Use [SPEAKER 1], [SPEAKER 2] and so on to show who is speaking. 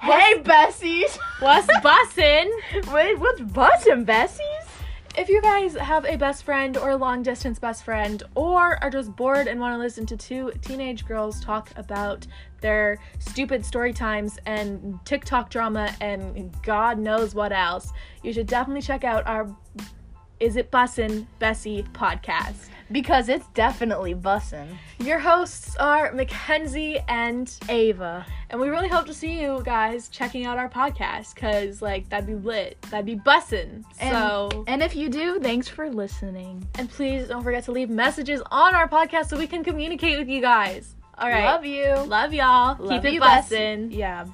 [SPEAKER 1] Hey, Bessies!
[SPEAKER 2] What's bussin'?
[SPEAKER 1] Wait, what's bustin', Bessies?
[SPEAKER 2] If you guys have a best friend or a long distance best friend, or are just bored and want to listen to two teenage girls talk about their stupid story times and TikTok drama and God knows what else, you should definitely check out our Is It Bussin' Bessie podcast.
[SPEAKER 1] Because it's definitely bussin'.
[SPEAKER 2] Your hosts are Mackenzie and Ava, and we really hope to see you guys checking out our podcast because, like, that'd be lit. That'd be bussin'.
[SPEAKER 1] And-
[SPEAKER 2] so,
[SPEAKER 1] And if you do, thanks for listening.
[SPEAKER 2] and please don't forget to leave messages on our podcast so we can communicate with you guys. All right.
[SPEAKER 1] Love you.
[SPEAKER 2] Love y'all.
[SPEAKER 1] Love
[SPEAKER 2] Keep it
[SPEAKER 1] you, Bessie.
[SPEAKER 2] bussin'.
[SPEAKER 1] Yeah.